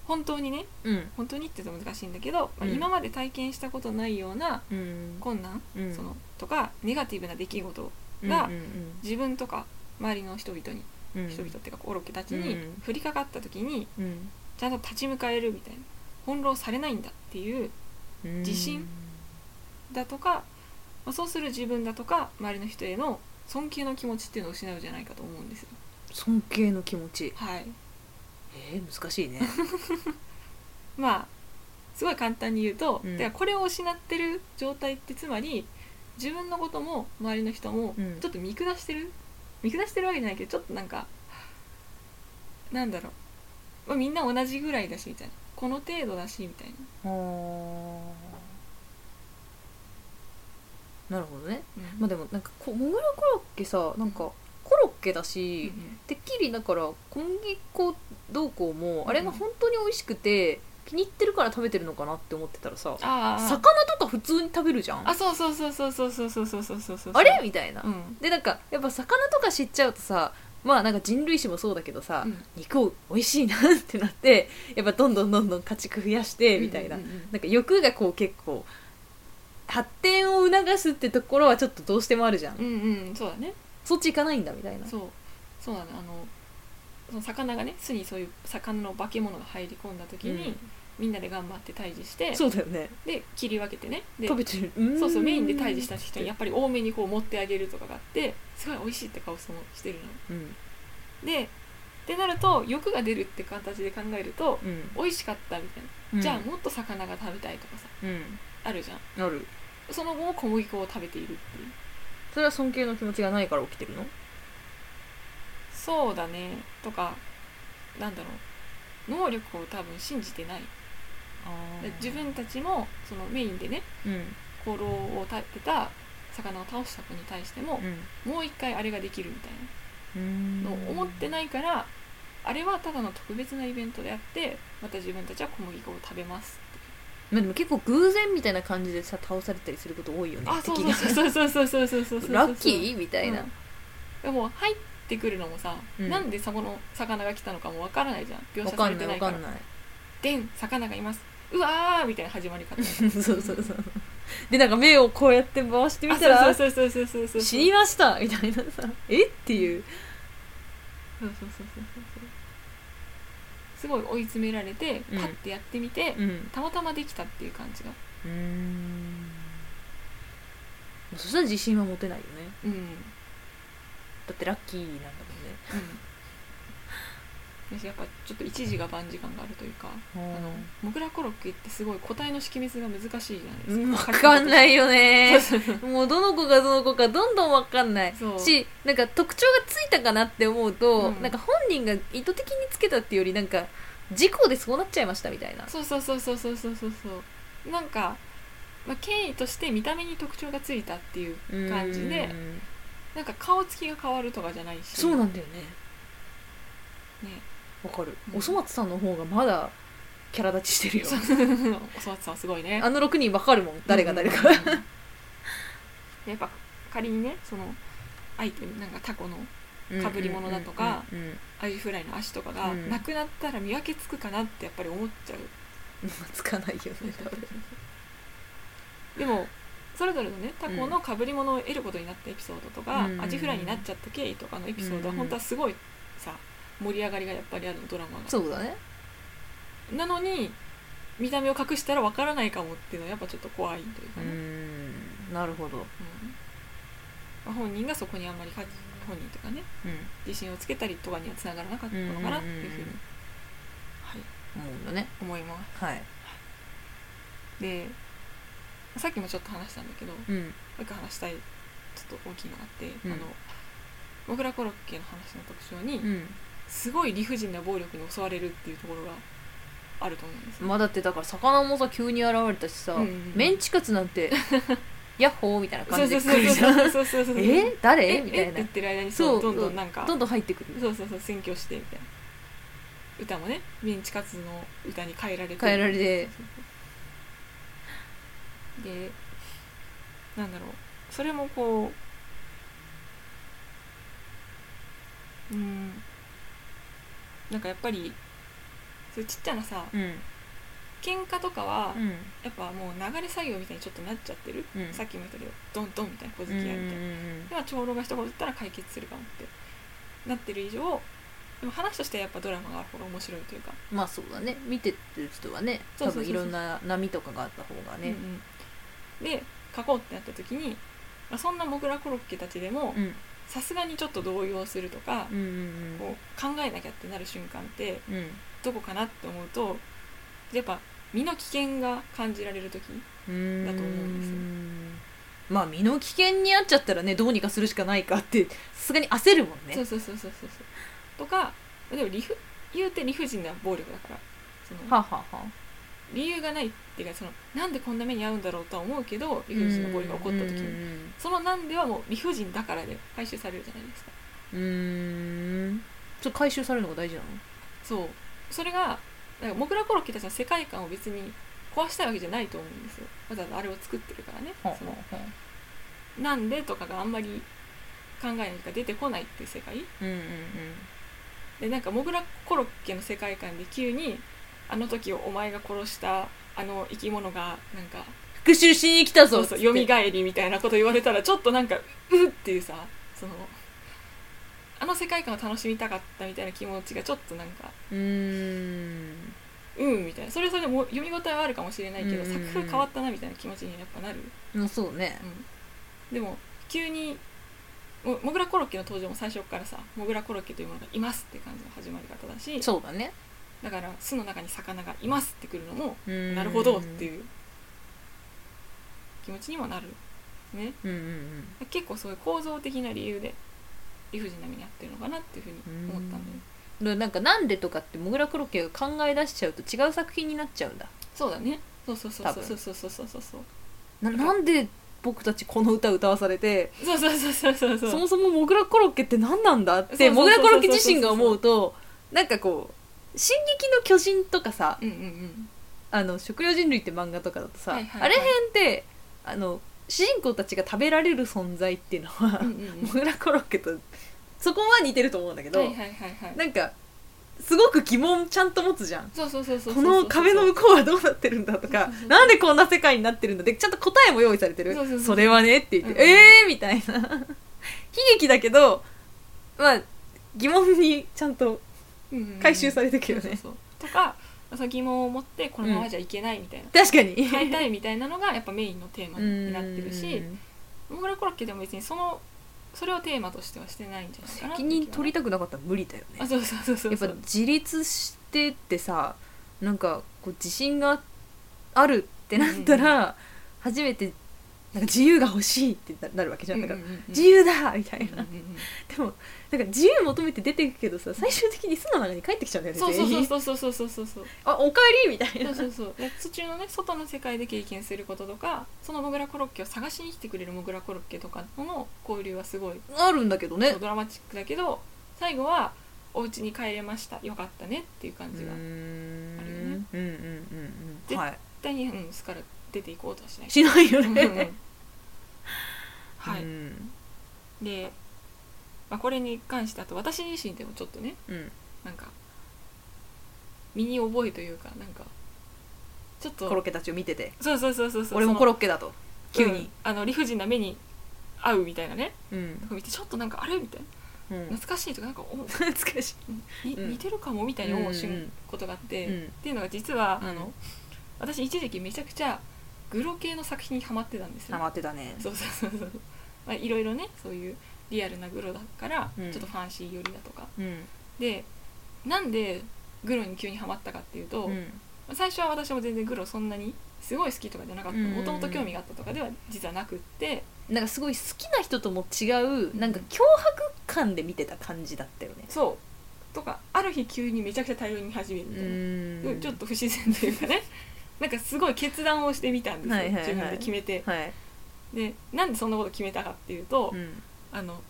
Speaker 1: 本当にね
Speaker 2: うん
Speaker 1: 本当にって言うと難しいんだけど、まあ
Speaker 2: うん
Speaker 1: 今まで体験したことないような
Speaker 2: うん
Speaker 1: 困難、
Speaker 2: うん
Speaker 1: そのとかネガティブな出来事が
Speaker 2: うん
Speaker 1: 自分とか周りの人々に、
Speaker 2: うんうん
Speaker 1: 人々っていうかオロケたちに
Speaker 2: うん
Speaker 1: 降りかかった時に
Speaker 2: うん
Speaker 1: ちゃんと立ち向かえるみたいな翻弄されないんだっていう
Speaker 2: うん
Speaker 1: 自信だとか、まあ、そうする自分だとか周りの人への尊敬の気持ちっていうのを失うんじゃないかと思うんですよ
Speaker 2: 尊敬の気持ち
Speaker 1: はい
Speaker 2: えー、難 しいね
Speaker 1: まあすごい簡単に言うと、
Speaker 2: うん
Speaker 1: だからこれを失ってる状態ってつまり自分のことも周りの人も
Speaker 2: うん
Speaker 1: ちょっと見下してる、見下してるわけじゃないけどちょっとなんかなんだろう、まあ、みんな同じぐらいだしみたいなこの程度だしみたいな
Speaker 2: あーなるほどね、
Speaker 1: うん
Speaker 2: まあでもなんかこモグラコロッケさなんかコロッケだし、
Speaker 1: うん
Speaker 2: てっきりだから小麦粉どうこうも
Speaker 1: ん
Speaker 2: あれが本当に美味しくて気に入ってるから食べてるのかなって思ってたらさ
Speaker 1: あー
Speaker 2: 魚とか普通に食べるじゃん
Speaker 1: あ
Speaker 2: あ
Speaker 1: そうそうそうそうそうそうそうそうそうそうそう
Speaker 2: れみたいな、
Speaker 1: うん
Speaker 2: でなんかやっぱ魚とか知っちゃうとさまあなんか人類史もそうだけどさ、
Speaker 1: うん
Speaker 2: 肉を美味しいなってなってやっぱどんどんどんどん家畜増やしてみたいな、
Speaker 1: うんうんうん
Speaker 2: なんか欲がこう結構発展を促すってところはちょっとどうしてもあるじゃん、
Speaker 1: うんうんそうだね
Speaker 2: そっち行かないんだみたいな
Speaker 1: そうそうなのあのその魚がね巣にそういう魚の化け物が入り込んだ時に、
Speaker 2: うん
Speaker 1: みんなで頑張って退治して
Speaker 2: そうだよね
Speaker 1: で切り分けてねで
Speaker 2: 食べてるーん
Speaker 1: そうそうメインで退治した人にやっぱり多めにこう持ってあげるとかがあってすごい美味しいって顔そのしてる
Speaker 2: うん
Speaker 1: の。でってなると欲が出るって形で考えると
Speaker 2: うん
Speaker 1: 美味しかったみたいな、
Speaker 2: うん
Speaker 1: じゃあもっと魚が食べたいとかさ
Speaker 2: うん
Speaker 1: あるじゃん
Speaker 2: なる
Speaker 1: その後も小麦粉を食べているっていう
Speaker 2: それは尊敬の気持ちがないから起きてるの
Speaker 1: そうだねとかなんだろう能力を多分信じてないで自分たちもそのメインでね
Speaker 2: うん
Speaker 1: 功労を立てた魚を倒した子に対しても、もう一回あれができるみたい
Speaker 2: うん
Speaker 1: なのを思ってないから、あれはただの特別なイベントであってまた自分たちは小麦粉を食べます
Speaker 2: まあ、でも結構偶然みたいな感じでさ倒されたりすること多いよね
Speaker 1: あそう
Speaker 2: 敵が
Speaker 1: そうそうそうそうそうそうそうそうそう
Speaker 2: ラッキーみたいな、
Speaker 1: うんでも入ってくるのもさ、
Speaker 2: うん
Speaker 1: なんでそこの魚が来たのかもわからないじゃん描
Speaker 2: わ
Speaker 1: 写
Speaker 2: か
Speaker 1: され
Speaker 2: んな
Speaker 1: て
Speaker 2: い
Speaker 1: な
Speaker 2: わ
Speaker 1: いか
Speaker 2: からんない
Speaker 1: でん魚がいますうわーみたいな始まり 方
Speaker 2: そうそうそうでなんか目をこうやって回してみたら
Speaker 1: あそうそうそうそうそうそうそう
Speaker 2: 死にましたみたいなさえっていう
Speaker 1: そうそうそうそうそうすごい追い詰められて
Speaker 2: うん
Speaker 1: パッてやってみて、
Speaker 2: うん
Speaker 1: たまたまできたっていう感じが
Speaker 2: うんそしたら自信は持てないよね
Speaker 1: うん、う
Speaker 2: だってラッキーなんだ
Speaker 1: ん、私やっぱちょっと一時が万時間があるというか
Speaker 2: もん
Speaker 1: あの
Speaker 2: ね
Speaker 1: モグラコロッケってすごい個体の識別が難しいじゃないです
Speaker 2: うん
Speaker 1: か
Speaker 2: わかん
Speaker 1: い
Speaker 2: ないよね
Speaker 1: そうそう
Speaker 2: もうどの子がどの子かどんどんわかんない
Speaker 1: そう
Speaker 2: しなんか特徴がついたかなって思うと、
Speaker 1: うん
Speaker 2: なんか本人が意図的につけたっていうよりなんか事故でそうなっちゃいましたみたいな
Speaker 1: そうそうそうそうそうそうそうそうなんか、まあ、権威として見た目に特徴がついたっていう感じで
Speaker 2: うん
Speaker 1: なんか顔つきが変わるとかじゃないし
Speaker 2: そうなん
Speaker 1: ね
Speaker 2: だよねわかる、
Speaker 1: うん
Speaker 2: おそ松さんの方がまだキャラ立ちしてるよ
Speaker 1: そうおそ松さんすごいね
Speaker 2: あの6人わかるもん誰が誰か、
Speaker 1: うんうんうんやっぱ仮にねそのアイテムなんかタコのかぶり物だとか
Speaker 2: うんうんうんうん
Speaker 1: アジフライの足とかが
Speaker 2: うん
Speaker 1: なくなったら見分けつくかなってやっぱり思っちゃう
Speaker 2: うんつかないよね多分
Speaker 1: でもそれぞれのねタコのかぶり物を得ることになったエピソードとか、
Speaker 2: うん
Speaker 1: アジフライになっちゃった経緯とかのエピソードは
Speaker 2: うん
Speaker 1: 本当はすごいさ盛り上がりがやっぱりあるのドラマが
Speaker 2: そうだね
Speaker 1: なのに見た目を隠したらわからないかもっていうのはやっぱちょっと怖いというか
Speaker 2: う
Speaker 1: ね、うん
Speaker 2: んなるほど、
Speaker 1: まあ本人がそこにあんまりか本人とかね
Speaker 2: う
Speaker 1: 自信をつけたりとかにはつながらなかったのかなっていうふ
Speaker 2: うん
Speaker 1: うに、
Speaker 2: うんうん
Speaker 1: はい、
Speaker 2: ん、思うよね
Speaker 1: 思いま
Speaker 2: はい、
Speaker 1: すでさっきもちょっと話したんだけども
Speaker 2: うん、
Speaker 1: う一個話したいちょっと大きいのがあって、
Speaker 2: うん
Speaker 1: あのモグラコロッケの話の特徴に、
Speaker 2: うん
Speaker 1: すごい理不尽な暴力に襲われるっていうところがあると思うんですよ、
Speaker 2: まあだってだから魚もさ急に現れたしさ、
Speaker 1: うんうん
Speaker 2: メンチカツなん てヤッホーみたいな
Speaker 1: そ
Speaker 2: 感
Speaker 1: う
Speaker 2: じ
Speaker 1: そ
Speaker 2: で
Speaker 1: う
Speaker 2: 来るじゃん
Speaker 1: そうそうそうそうそ う
Speaker 2: え誰
Speaker 1: え
Speaker 2: み
Speaker 1: み
Speaker 2: た
Speaker 1: たいなっ
Speaker 2: いな
Speaker 1: て言ってる間にそう
Speaker 2: そう
Speaker 1: どんどんなんか
Speaker 2: どんどん入ってくる
Speaker 1: そうそうそう選挙してみたいな歌もねメンチカツの歌に変えられて
Speaker 2: 変えられて
Speaker 1: でなんだろうそれもこううんなんかやっぱりそういうちっちゃなさ
Speaker 2: うん
Speaker 1: 喧嘩とかは、
Speaker 2: うん
Speaker 1: やっぱもう流れ作業みたいにちょっとなっちゃってる、
Speaker 2: うん
Speaker 1: さっきも言ったけどドンドンみたいな小
Speaker 2: うんう
Speaker 1: 突
Speaker 2: ん
Speaker 1: き合いみたいな、では長老が一言言ったら解決するかもってなってる以上でも話としてはやっぱドラマがある方が面白いというか
Speaker 2: まあそうだね見てる人はね
Speaker 1: そ
Speaker 2: 多
Speaker 1: うそうそうそう
Speaker 2: 分いろんな波とかがあった方がね
Speaker 1: うんうんで書こうってなった時に、まあ、そんなモグラコロッケたちでも
Speaker 2: うん
Speaker 1: さすがにちょっと動揺するとか、
Speaker 2: うんうん
Speaker 1: こう考えなきゃってなる瞬間って
Speaker 2: うんうん
Speaker 1: どこかなって思うとやっぱ身の危険が感じられる
Speaker 2: だ
Speaker 1: 時だと思うんですよ
Speaker 2: まあ身の危険にあっちゃったらねどうにかするしかないかってさすがに焦るもんね
Speaker 1: そうそうそうそうそうそうとかでも理不言うて理不尽な暴力だからその
Speaker 2: はあはあはあ
Speaker 1: 理由がないっていうかそのなんでこんな目に遭うんだろうとは思うけど理不尽な暴力が起こった時
Speaker 2: うん
Speaker 1: にそのなんではもう理不尽だからで回収されるじゃないですか
Speaker 2: うんうんうんそれ回収されるのが大事なの
Speaker 1: そうそれがなんかモグラコロッケたちの世界観を別に壊したいわけじゃないと思うんですよわざわざあれを作ってるからね
Speaker 2: はあは
Speaker 1: その
Speaker 2: あはあ
Speaker 1: なんでとかがあんまり考えないとか出てこないっていう世界
Speaker 2: うんうんうん
Speaker 1: でなんかモグラコロッケの世界観で急にあの時お前が殺したあの生き物がなんか
Speaker 2: 復讐しに来たぞ
Speaker 1: そうそう蘇
Speaker 2: が
Speaker 1: りみたいなこと言われたらちょっとなんかうっっていうさそのあの世界観を楽しみたかったみたいな気持ちがちょっとなんか
Speaker 2: うーん
Speaker 1: うんみたいなそれはそれでも読み応えはあるかもしれないけど、
Speaker 2: うんうんうん
Speaker 1: 作風変わったなみたいな気持ちにやっぱなる、
Speaker 2: うんそうね
Speaker 1: うん、でも急にもモグラコロッケの登場も最初からさモグラコロッケというものがいますって感じの始まり方だし
Speaker 2: そうだね
Speaker 1: だから巣の中に魚がいますってくるのも
Speaker 2: な
Speaker 1: なるほどって
Speaker 2: う
Speaker 1: いう気持ちにもなるね
Speaker 2: うんうん
Speaker 1: 結構そういう構造的な理由で理不尽な目に遭ってるのかなっていうふうに思ったんだよね
Speaker 2: うんでなんかなんでとかってモグラクロッケが考え出しちゃうと違う作品になっちゃうんだ
Speaker 1: そうだねそうそうそう
Speaker 2: 多分
Speaker 1: そうそうそうそうそうそ
Speaker 2: な
Speaker 1: う
Speaker 2: なんで僕たちこの歌歌わされて
Speaker 1: そうそうそうそうそう
Speaker 2: そ
Speaker 1: そう
Speaker 2: もそもモグラコロッケって何なんだっ
Speaker 1: そうそう
Speaker 2: て
Speaker 1: そう
Speaker 2: モ
Speaker 1: そう
Speaker 2: グラコロッケ自身が思うとなんかこう「進撃の巨人」とかさ
Speaker 1: うんうんうん
Speaker 2: 「あの食用人類」って漫画とかだとさ、
Speaker 1: はいはいはい
Speaker 2: あれ編ってあの主人公たちが食べられる存在っていうの は、
Speaker 1: うんうんうん
Speaker 2: モグラコロッケとそこは似てると思うんだけど、
Speaker 1: はいはいはいはい
Speaker 2: なんかすごく疑問ちゃんと持つじゃん
Speaker 1: そうそうそうそう
Speaker 2: こ
Speaker 1: そうそうそう
Speaker 2: の壁の向こうはどうなってるんだと かなんでこんな世界になってるんだってちゃんと答えも用意されてる
Speaker 1: そうそうそう
Speaker 2: それはねって言って、
Speaker 1: うん
Speaker 2: ええー、みたいな悲劇だけどまあ疑問にちゃんと
Speaker 1: うんうんうん
Speaker 2: 回収されてくよね
Speaker 1: そうそうそうとかその疑問を持ってこのままじゃいけないみたいな、
Speaker 2: 確かに
Speaker 1: 変えたいみたいなのがやっぱメインのテーマになってるし
Speaker 2: うん
Speaker 1: モグラコロッケでも別にそのそれをテーマとしてはしてないんじゃないかな
Speaker 2: 責任取りたくなかったら無理だよね
Speaker 1: あそうそうそうそう
Speaker 2: やっぱ自立してってさなんかこう自信があるってなったら、初めてなんか自由が欲しいってななるわけじゃんだから、自由だみたいな、
Speaker 1: うんうんうん
Speaker 2: でもなんか自由求めて出ていくけどさ最終的に巣の中に帰ってきちゃうんだよね
Speaker 1: そうそう
Speaker 2: 全員
Speaker 1: そうそうそうそうそうそうそう
Speaker 2: あおかえりみたいな
Speaker 1: そうそうで土のね外の世界で経験することとかそのモグラコロッケを探しに来てくれるモグラコロッケとかとの交流はすごい
Speaker 2: あるんだけどね
Speaker 1: ドラマチックだけど最後はお家に帰れましたよかったねっていう感
Speaker 2: う
Speaker 1: じが
Speaker 2: ん
Speaker 1: 絶あるよね
Speaker 2: うんうんうんうん
Speaker 1: で
Speaker 2: はい
Speaker 1: 対に、うん、巣から出ていこうとはしない
Speaker 2: しないよ
Speaker 1: うんうんう
Speaker 2: ね
Speaker 1: んはい、
Speaker 2: うん
Speaker 1: で、まあ、これに関してあと私自身でもちょっとね
Speaker 2: うん
Speaker 1: なんか身に覚えというかなんかちょっと
Speaker 2: コロッケたちを見てて
Speaker 1: そうそうそうそうそう
Speaker 2: 俺もコ
Speaker 1: ロ
Speaker 2: ロッケだと急に、
Speaker 1: あの理不尽な目に合うみたいなね
Speaker 2: うん
Speaker 1: 見てちょっとなんかあれみたいな
Speaker 2: うん、
Speaker 1: 懐かしいとかなんかお
Speaker 2: 懐かしい
Speaker 1: に
Speaker 2: うん
Speaker 1: 似てるかもみたいに思う瞬
Speaker 2: うんうん
Speaker 1: ことがあって、
Speaker 2: うん
Speaker 1: っていうのが実は、
Speaker 2: うん
Speaker 1: あの私一時期めちゃくちゃグロ系の作品にハマってたんですよ
Speaker 2: ハマってたね
Speaker 1: そうそうそうそうまあいろいろねそういうリアルなグロだから、
Speaker 2: うん
Speaker 1: ちょっとファンシー寄りだとか
Speaker 2: うん
Speaker 1: でなんでグロに急にハマったかっていうと、
Speaker 2: う
Speaker 1: ま
Speaker 2: ん
Speaker 1: あ最初は私も全然グロそんなにすごい好きとかじゃなかった
Speaker 2: うん
Speaker 1: もともと興味があったとかでは実はなくって
Speaker 2: なんかすごい好きな人とも違うなんか脅迫感で見てた感じだったよね
Speaker 1: そうとかある日急にめちゃくちゃ大量に見始めるみたいな、うん
Speaker 2: ん
Speaker 1: ちょっと不自然というかね なんかすごい決断をしてみたんですよ、
Speaker 2: はいはいはい
Speaker 1: 自分で決めて
Speaker 2: はい、
Speaker 1: でなんでそんなこと決めたかっていうと、
Speaker 2: うん
Speaker 1: あの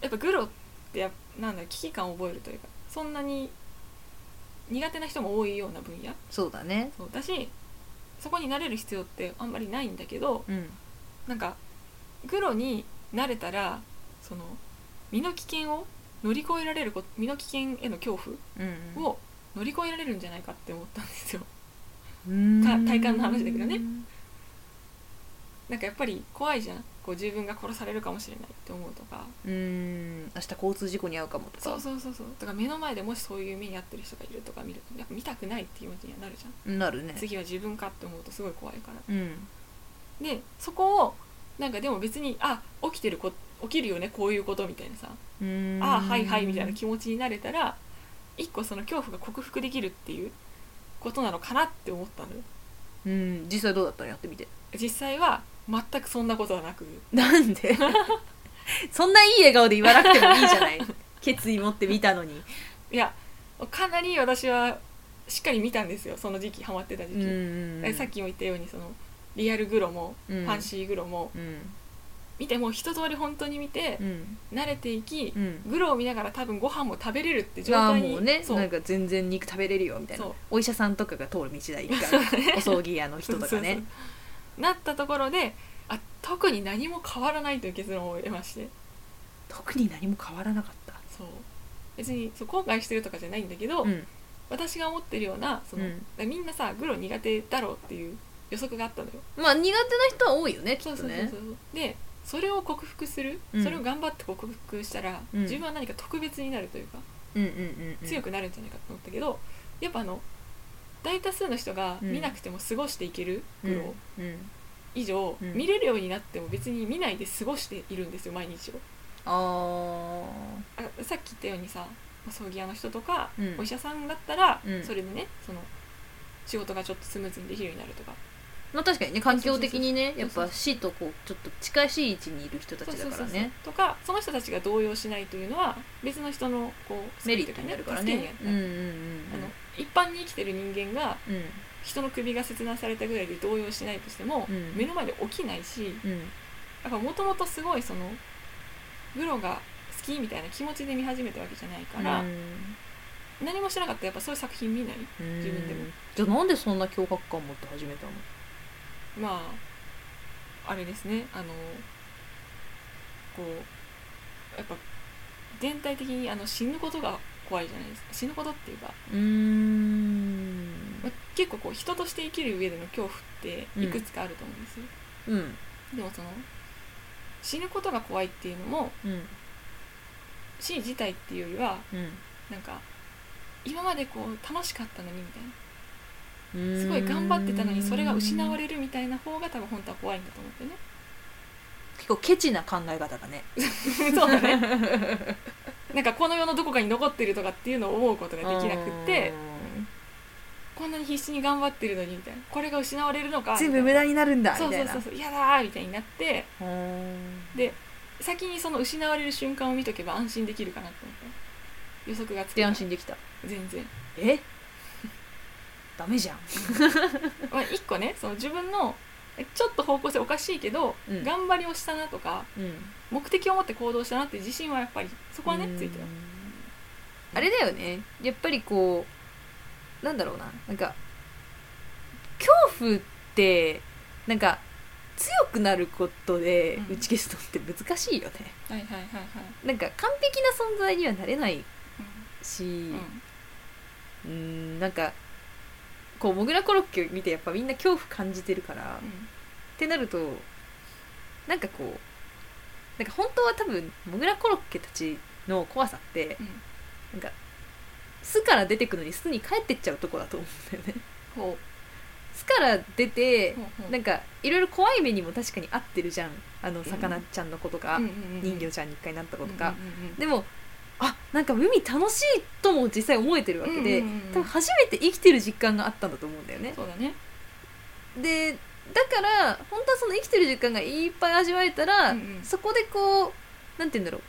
Speaker 1: やっぱグロってやなんだ危機感を覚えるというかそんなに苦手な人も多いような分野
Speaker 2: そうだね
Speaker 1: そうだしそこに慣れる必要ってあんまりないんだけど
Speaker 2: うん
Speaker 1: なんかグロに慣れたらその身の危険を乗り越えられること身の危険への恐
Speaker 2: うん
Speaker 1: 怖を乗り越えられるんじゃないかって思ったんですよ。
Speaker 2: うん
Speaker 1: か体感の話だけどねなんかやっぱり怖いじゃんこう自分が殺されるかもしれないって思うとか
Speaker 2: うん明日交通事故に遭うかもとか
Speaker 1: そうそうそうそうとか目の前でもしそういう目に遭ってる人がいるとか見るとやっぱ見たくないっていう気持ちにはなるじゃん、
Speaker 2: なるね
Speaker 1: 次は自分かって思うとすごい怖いから
Speaker 2: うん
Speaker 1: でそこをなんかでも別にあ起きてるこ起きるよねこういうことみたいなさ
Speaker 2: うん
Speaker 1: あはいはいみたいな気持ちになれたら一個その恐怖が克服できるっていうことなのかなって思ったのよ
Speaker 2: うん実際どうだったのやってみて
Speaker 1: 実際は全くそんなことはなく
Speaker 2: なん でそんないい笑顔で言わなくてもいいじゃない 決意持って見たのに
Speaker 1: いやかなり私はしっかり見たんですよその時期ハマってた時期、
Speaker 2: ん
Speaker 1: さっきも言ったようにそのリアルグロも、
Speaker 2: うん
Speaker 1: ファンシーグロも
Speaker 2: うん
Speaker 1: 見てもう一通り本当に見て
Speaker 2: う、ん
Speaker 1: 慣れていき、
Speaker 2: うん
Speaker 1: グロを見ながら多分ご飯も食べれるって状
Speaker 2: ああ
Speaker 1: 態に
Speaker 2: もうね
Speaker 1: そう
Speaker 2: なんか全然肉食べれるよみたいな
Speaker 1: そう
Speaker 2: お医者さんとかが通る道だ一 回お葬儀屋の人と
Speaker 1: そ
Speaker 2: か
Speaker 1: うそうそ
Speaker 2: ね
Speaker 1: うなったところであ特に何も変わらないという結論を得まして
Speaker 2: 特に何も変わらなかった
Speaker 1: そう別にそう後悔してるとかじゃないんだけど、
Speaker 2: うん
Speaker 1: 私が思ってるようなその、
Speaker 2: うん
Speaker 1: だからみんなさグロ苦手だろうっていう予測があったのよ
Speaker 2: まあ苦手な人は多いよねき
Speaker 1: そう
Speaker 2: っと
Speaker 1: そうそう
Speaker 2: ね
Speaker 1: そうでそれを克服する、
Speaker 2: うん
Speaker 1: それを頑張って克服したら、
Speaker 2: うん
Speaker 1: 自分は何か特別になるというか
Speaker 2: うんうんうんうん
Speaker 1: 強くなるんじゃないかと思ったけど、やっぱあの大多数の人が見なくても過ごしていける苦労
Speaker 2: うんうん
Speaker 1: 以上、
Speaker 2: うん
Speaker 1: 見れるようになっても別に見ないで過ごしているんですよ毎日を
Speaker 2: あー
Speaker 1: あさっき言ったようにさお葬儀屋の人とか、
Speaker 2: うん
Speaker 1: お医者さんだったら、
Speaker 2: うん
Speaker 1: それでねその仕事がちょっとスムーズにできるようになるとか
Speaker 2: まあ確かにね環境的にね
Speaker 1: そ
Speaker 2: や
Speaker 1: う
Speaker 2: っ
Speaker 1: そうそう
Speaker 2: ぱ死とこうちょっと近しい位置にいる人たちだからね
Speaker 1: とかその人たちが動揺しないというのは別の人のこう
Speaker 2: メリットになるからね
Speaker 1: 助
Speaker 2: うん
Speaker 1: け
Speaker 2: うんう
Speaker 1: になるあの
Speaker 2: ん
Speaker 1: 一般に生きてる人間が
Speaker 2: うん
Speaker 1: 人の首が切断されたぐらいで動揺しないとしても、
Speaker 2: うん
Speaker 1: 目の前で起きないし
Speaker 2: うん
Speaker 1: やっぱもともとすごいそのグロが好きみたいな気持ちで見始めたわけじゃないから、
Speaker 2: うん
Speaker 1: 何もしてなかったらやっぱそういう作品見ない自分でも
Speaker 2: うんじゃあなんでそんな強迫感持って始めたの
Speaker 1: まああれですねあのこうやっぱ全体的にあの死ぬことが怖いじゃないですか死ぬことっていうか、
Speaker 2: うーん
Speaker 1: まあ結構こう人として生きる上での恐怖っていくつかあると思うんですよ、
Speaker 2: うん
Speaker 1: でもその死ぬことが怖いっていうのも
Speaker 2: うん
Speaker 1: 死自体っていうよりは
Speaker 2: うん
Speaker 1: なんか今までこう楽しかったのにみたいな
Speaker 2: うーん
Speaker 1: すごい頑張ってたのにそれが失われるみたいな方が多分本当は怖いんだと思ってね
Speaker 2: 結構ケチな考え方だね
Speaker 1: そうだねなんかこの世のどこかに残ってるとかっていうのを思うことができなくってこんなに必死に頑張ってるのにみたいなこれが失われるの
Speaker 2: う
Speaker 1: か
Speaker 2: ん全部無駄になるんだみた
Speaker 1: そ
Speaker 2: いうな
Speaker 1: そうそうそう嫌だーみたいになって
Speaker 2: うーん
Speaker 1: で先にその失われる瞬間を見とけば安心できるかなと思って予測がつく
Speaker 2: で
Speaker 1: から
Speaker 2: 安心できた
Speaker 1: 全然
Speaker 2: え ダメじゃん
Speaker 1: まあ、一個ねその自分のえちょっと方向性おかしいけど、
Speaker 2: うん
Speaker 1: 頑張りをしたなとか
Speaker 2: うん
Speaker 1: 目的を持って行動したなって自信はやっぱりそこはね
Speaker 2: うん
Speaker 1: ついてる
Speaker 2: あれだよねやっぱりこうなんだろうななんか恐怖ってなんか強くなることで
Speaker 1: うん
Speaker 2: 打ち消すのって難しいよね、
Speaker 1: はいはいはいはい、
Speaker 2: なんか完璧な存在にはなれないし、
Speaker 1: うん
Speaker 2: うーんなんかこうモグラコロッケを見てやっぱみんな恐怖感じてるから、
Speaker 1: う
Speaker 2: っ
Speaker 1: ん
Speaker 2: てなるとなんかこうなんか本当は多分モグラコロッケたちの怖さって
Speaker 1: うん
Speaker 2: なんか巣から出てくのに巣に帰ってっちゃうとこだと思うんだよね
Speaker 1: ほ
Speaker 2: 巣から出て
Speaker 1: うほうほう
Speaker 2: なんかいろいろ怖い目にも確かに合ってるじゃんあの魚ちゃんの子とか、
Speaker 1: うんうんうん
Speaker 2: 人魚ちゃんに一回なった子とか、
Speaker 1: うんうんうん
Speaker 2: でもあなんか海楽しいとも実際思えてるわけで、
Speaker 1: うんうんうんうん
Speaker 2: 多分初めて生きてる実感があったんだと思うんだよね
Speaker 1: そうだね
Speaker 2: でだから本当はその生きてる時間がいっぱい味わえたら、
Speaker 1: うんうん
Speaker 2: そこでこうなんて言うんだろう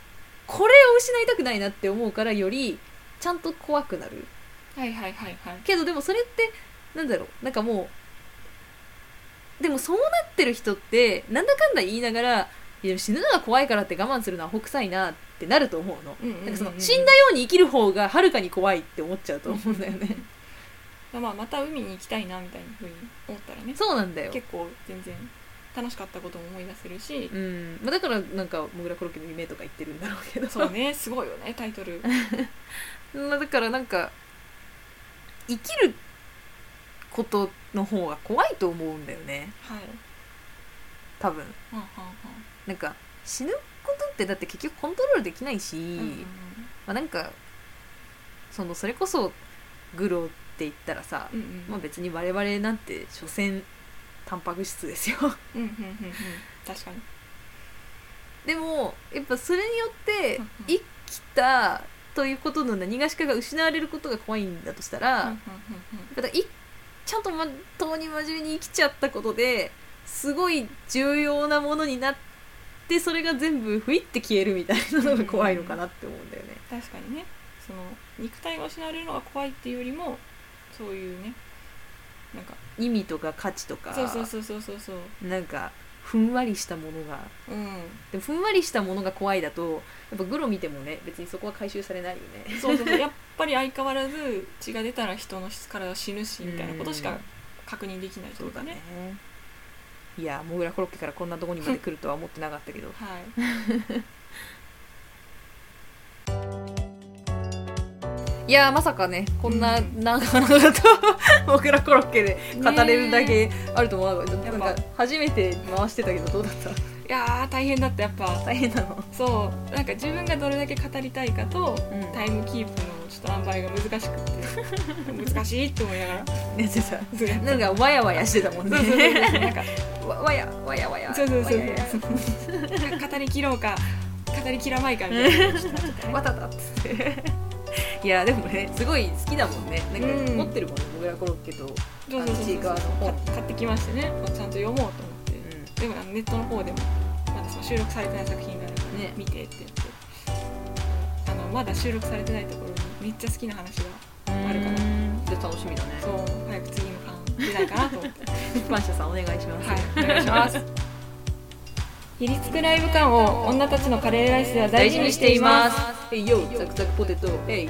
Speaker 2: これを失いたくないなって思うからよりちゃんと怖くなる
Speaker 1: はいはいはいはい
Speaker 2: けどでもそれってなんだろうなんかもうでもそうなってる人ってなんだかんだ言いながらいや死ぬのが怖いからって我慢するのは北臭いなってなると思うの,、
Speaker 1: うんうんうんうん
Speaker 2: なんかその死んだように生きる方がはるかに怖いって思っちゃうと思うんだよね
Speaker 1: まあまた海に行きたいなみたいなふうに思ったらね
Speaker 2: そうなんだよ
Speaker 1: 結構全然楽しかったことも思い出せるし、
Speaker 2: うんまあ、だからなんか「モグラコロッケの夢」とか言ってるんだろうけど
Speaker 1: そうねすごいよねタイトル
Speaker 2: まあ、だからなんか生きることの方が怖いと思うんだよね
Speaker 1: はい
Speaker 2: 多分
Speaker 1: はんはんは
Speaker 2: なんか死ぬことってだって結局コントロールできないし、
Speaker 1: んうんうん
Speaker 2: まあ、なんかそのそれこそグロって言ったらさ、
Speaker 1: うんうん
Speaker 2: まあ、別に我々なんて所詮タンパク質 ですよ
Speaker 1: うんうんうんうん確かに
Speaker 2: でもやっぱそれによって
Speaker 1: うんうん
Speaker 2: 生きたということの何がしかが失われることが怖いんだとしたら、
Speaker 1: うんうんうんうん
Speaker 2: だからいちゃんとま当に真面目に生きちゃったことですごい重要なものになってそれが全部ふいって消えるみたいなのが怖いのかなって思うんだよね。
Speaker 1: 確かにねその肉体が失われるのが怖いっていうよりもそういうねなんか
Speaker 2: 意味とか価値とか
Speaker 1: そうそうそうそうそうそう
Speaker 2: なんかふんわりしたものが
Speaker 1: うん
Speaker 2: でもふんわりしたものが怖いだとやっぱグロ見てもね別にそこは回収されないよね。
Speaker 1: そうそうそうやっぱり相変わらず血が出たら人の体は死ぬしみたいなことし
Speaker 2: う
Speaker 1: か
Speaker 2: ん
Speaker 1: 確認できないというかね
Speaker 2: いやモグラコロッケからこんなとこにまで来るとは思ってなかったけど
Speaker 1: はい
Speaker 2: いやーまさかねこんな長々と 僕らコロッケで語れるだけあると思わなかった、
Speaker 1: やっぱ
Speaker 2: なんか初めて回してたけどどうだった
Speaker 1: いやー大変だったやっぱ
Speaker 2: 大変なの
Speaker 1: そうなんか自分がどれだけ語りたいかと、
Speaker 2: うん
Speaker 1: タイムキープのちょっと塩梅が難しくて難しいって思いながら
Speaker 2: ねてさ
Speaker 1: そうやっ て
Speaker 2: なんかわやわやしてたもん
Speaker 1: そうそうそう
Speaker 2: ね
Speaker 1: そう なんか
Speaker 2: わわやわやわや
Speaker 1: そうそうそうそう
Speaker 2: わやわや
Speaker 1: 語り切ろうか語り切らないかみたいなちょっとなっちゃったね
Speaker 2: わたたっつって いやーでもねすごい好きだもんねなんか
Speaker 1: うん
Speaker 2: 持ってるもんねモグラコロッケと、うん、
Speaker 1: そうそうそうそう
Speaker 2: あのちいかわの本
Speaker 1: か買ってきましてねちゃんと読もうと思って、でもあのネットの方でもまだその収録されてない作品があるから、
Speaker 2: ね
Speaker 1: 見てって言ってあのまだ収録されてないところにめっちゃ好きな話があるかな
Speaker 2: じゃあ楽しみだね
Speaker 1: そう早く次の巻出ないかなと思って
Speaker 2: 出版社さんお願いします、
Speaker 1: はいお願いします 比率クライブ感を女たちのカレーライスでは大事にしています
Speaker 2: えいよザクザクポテトえい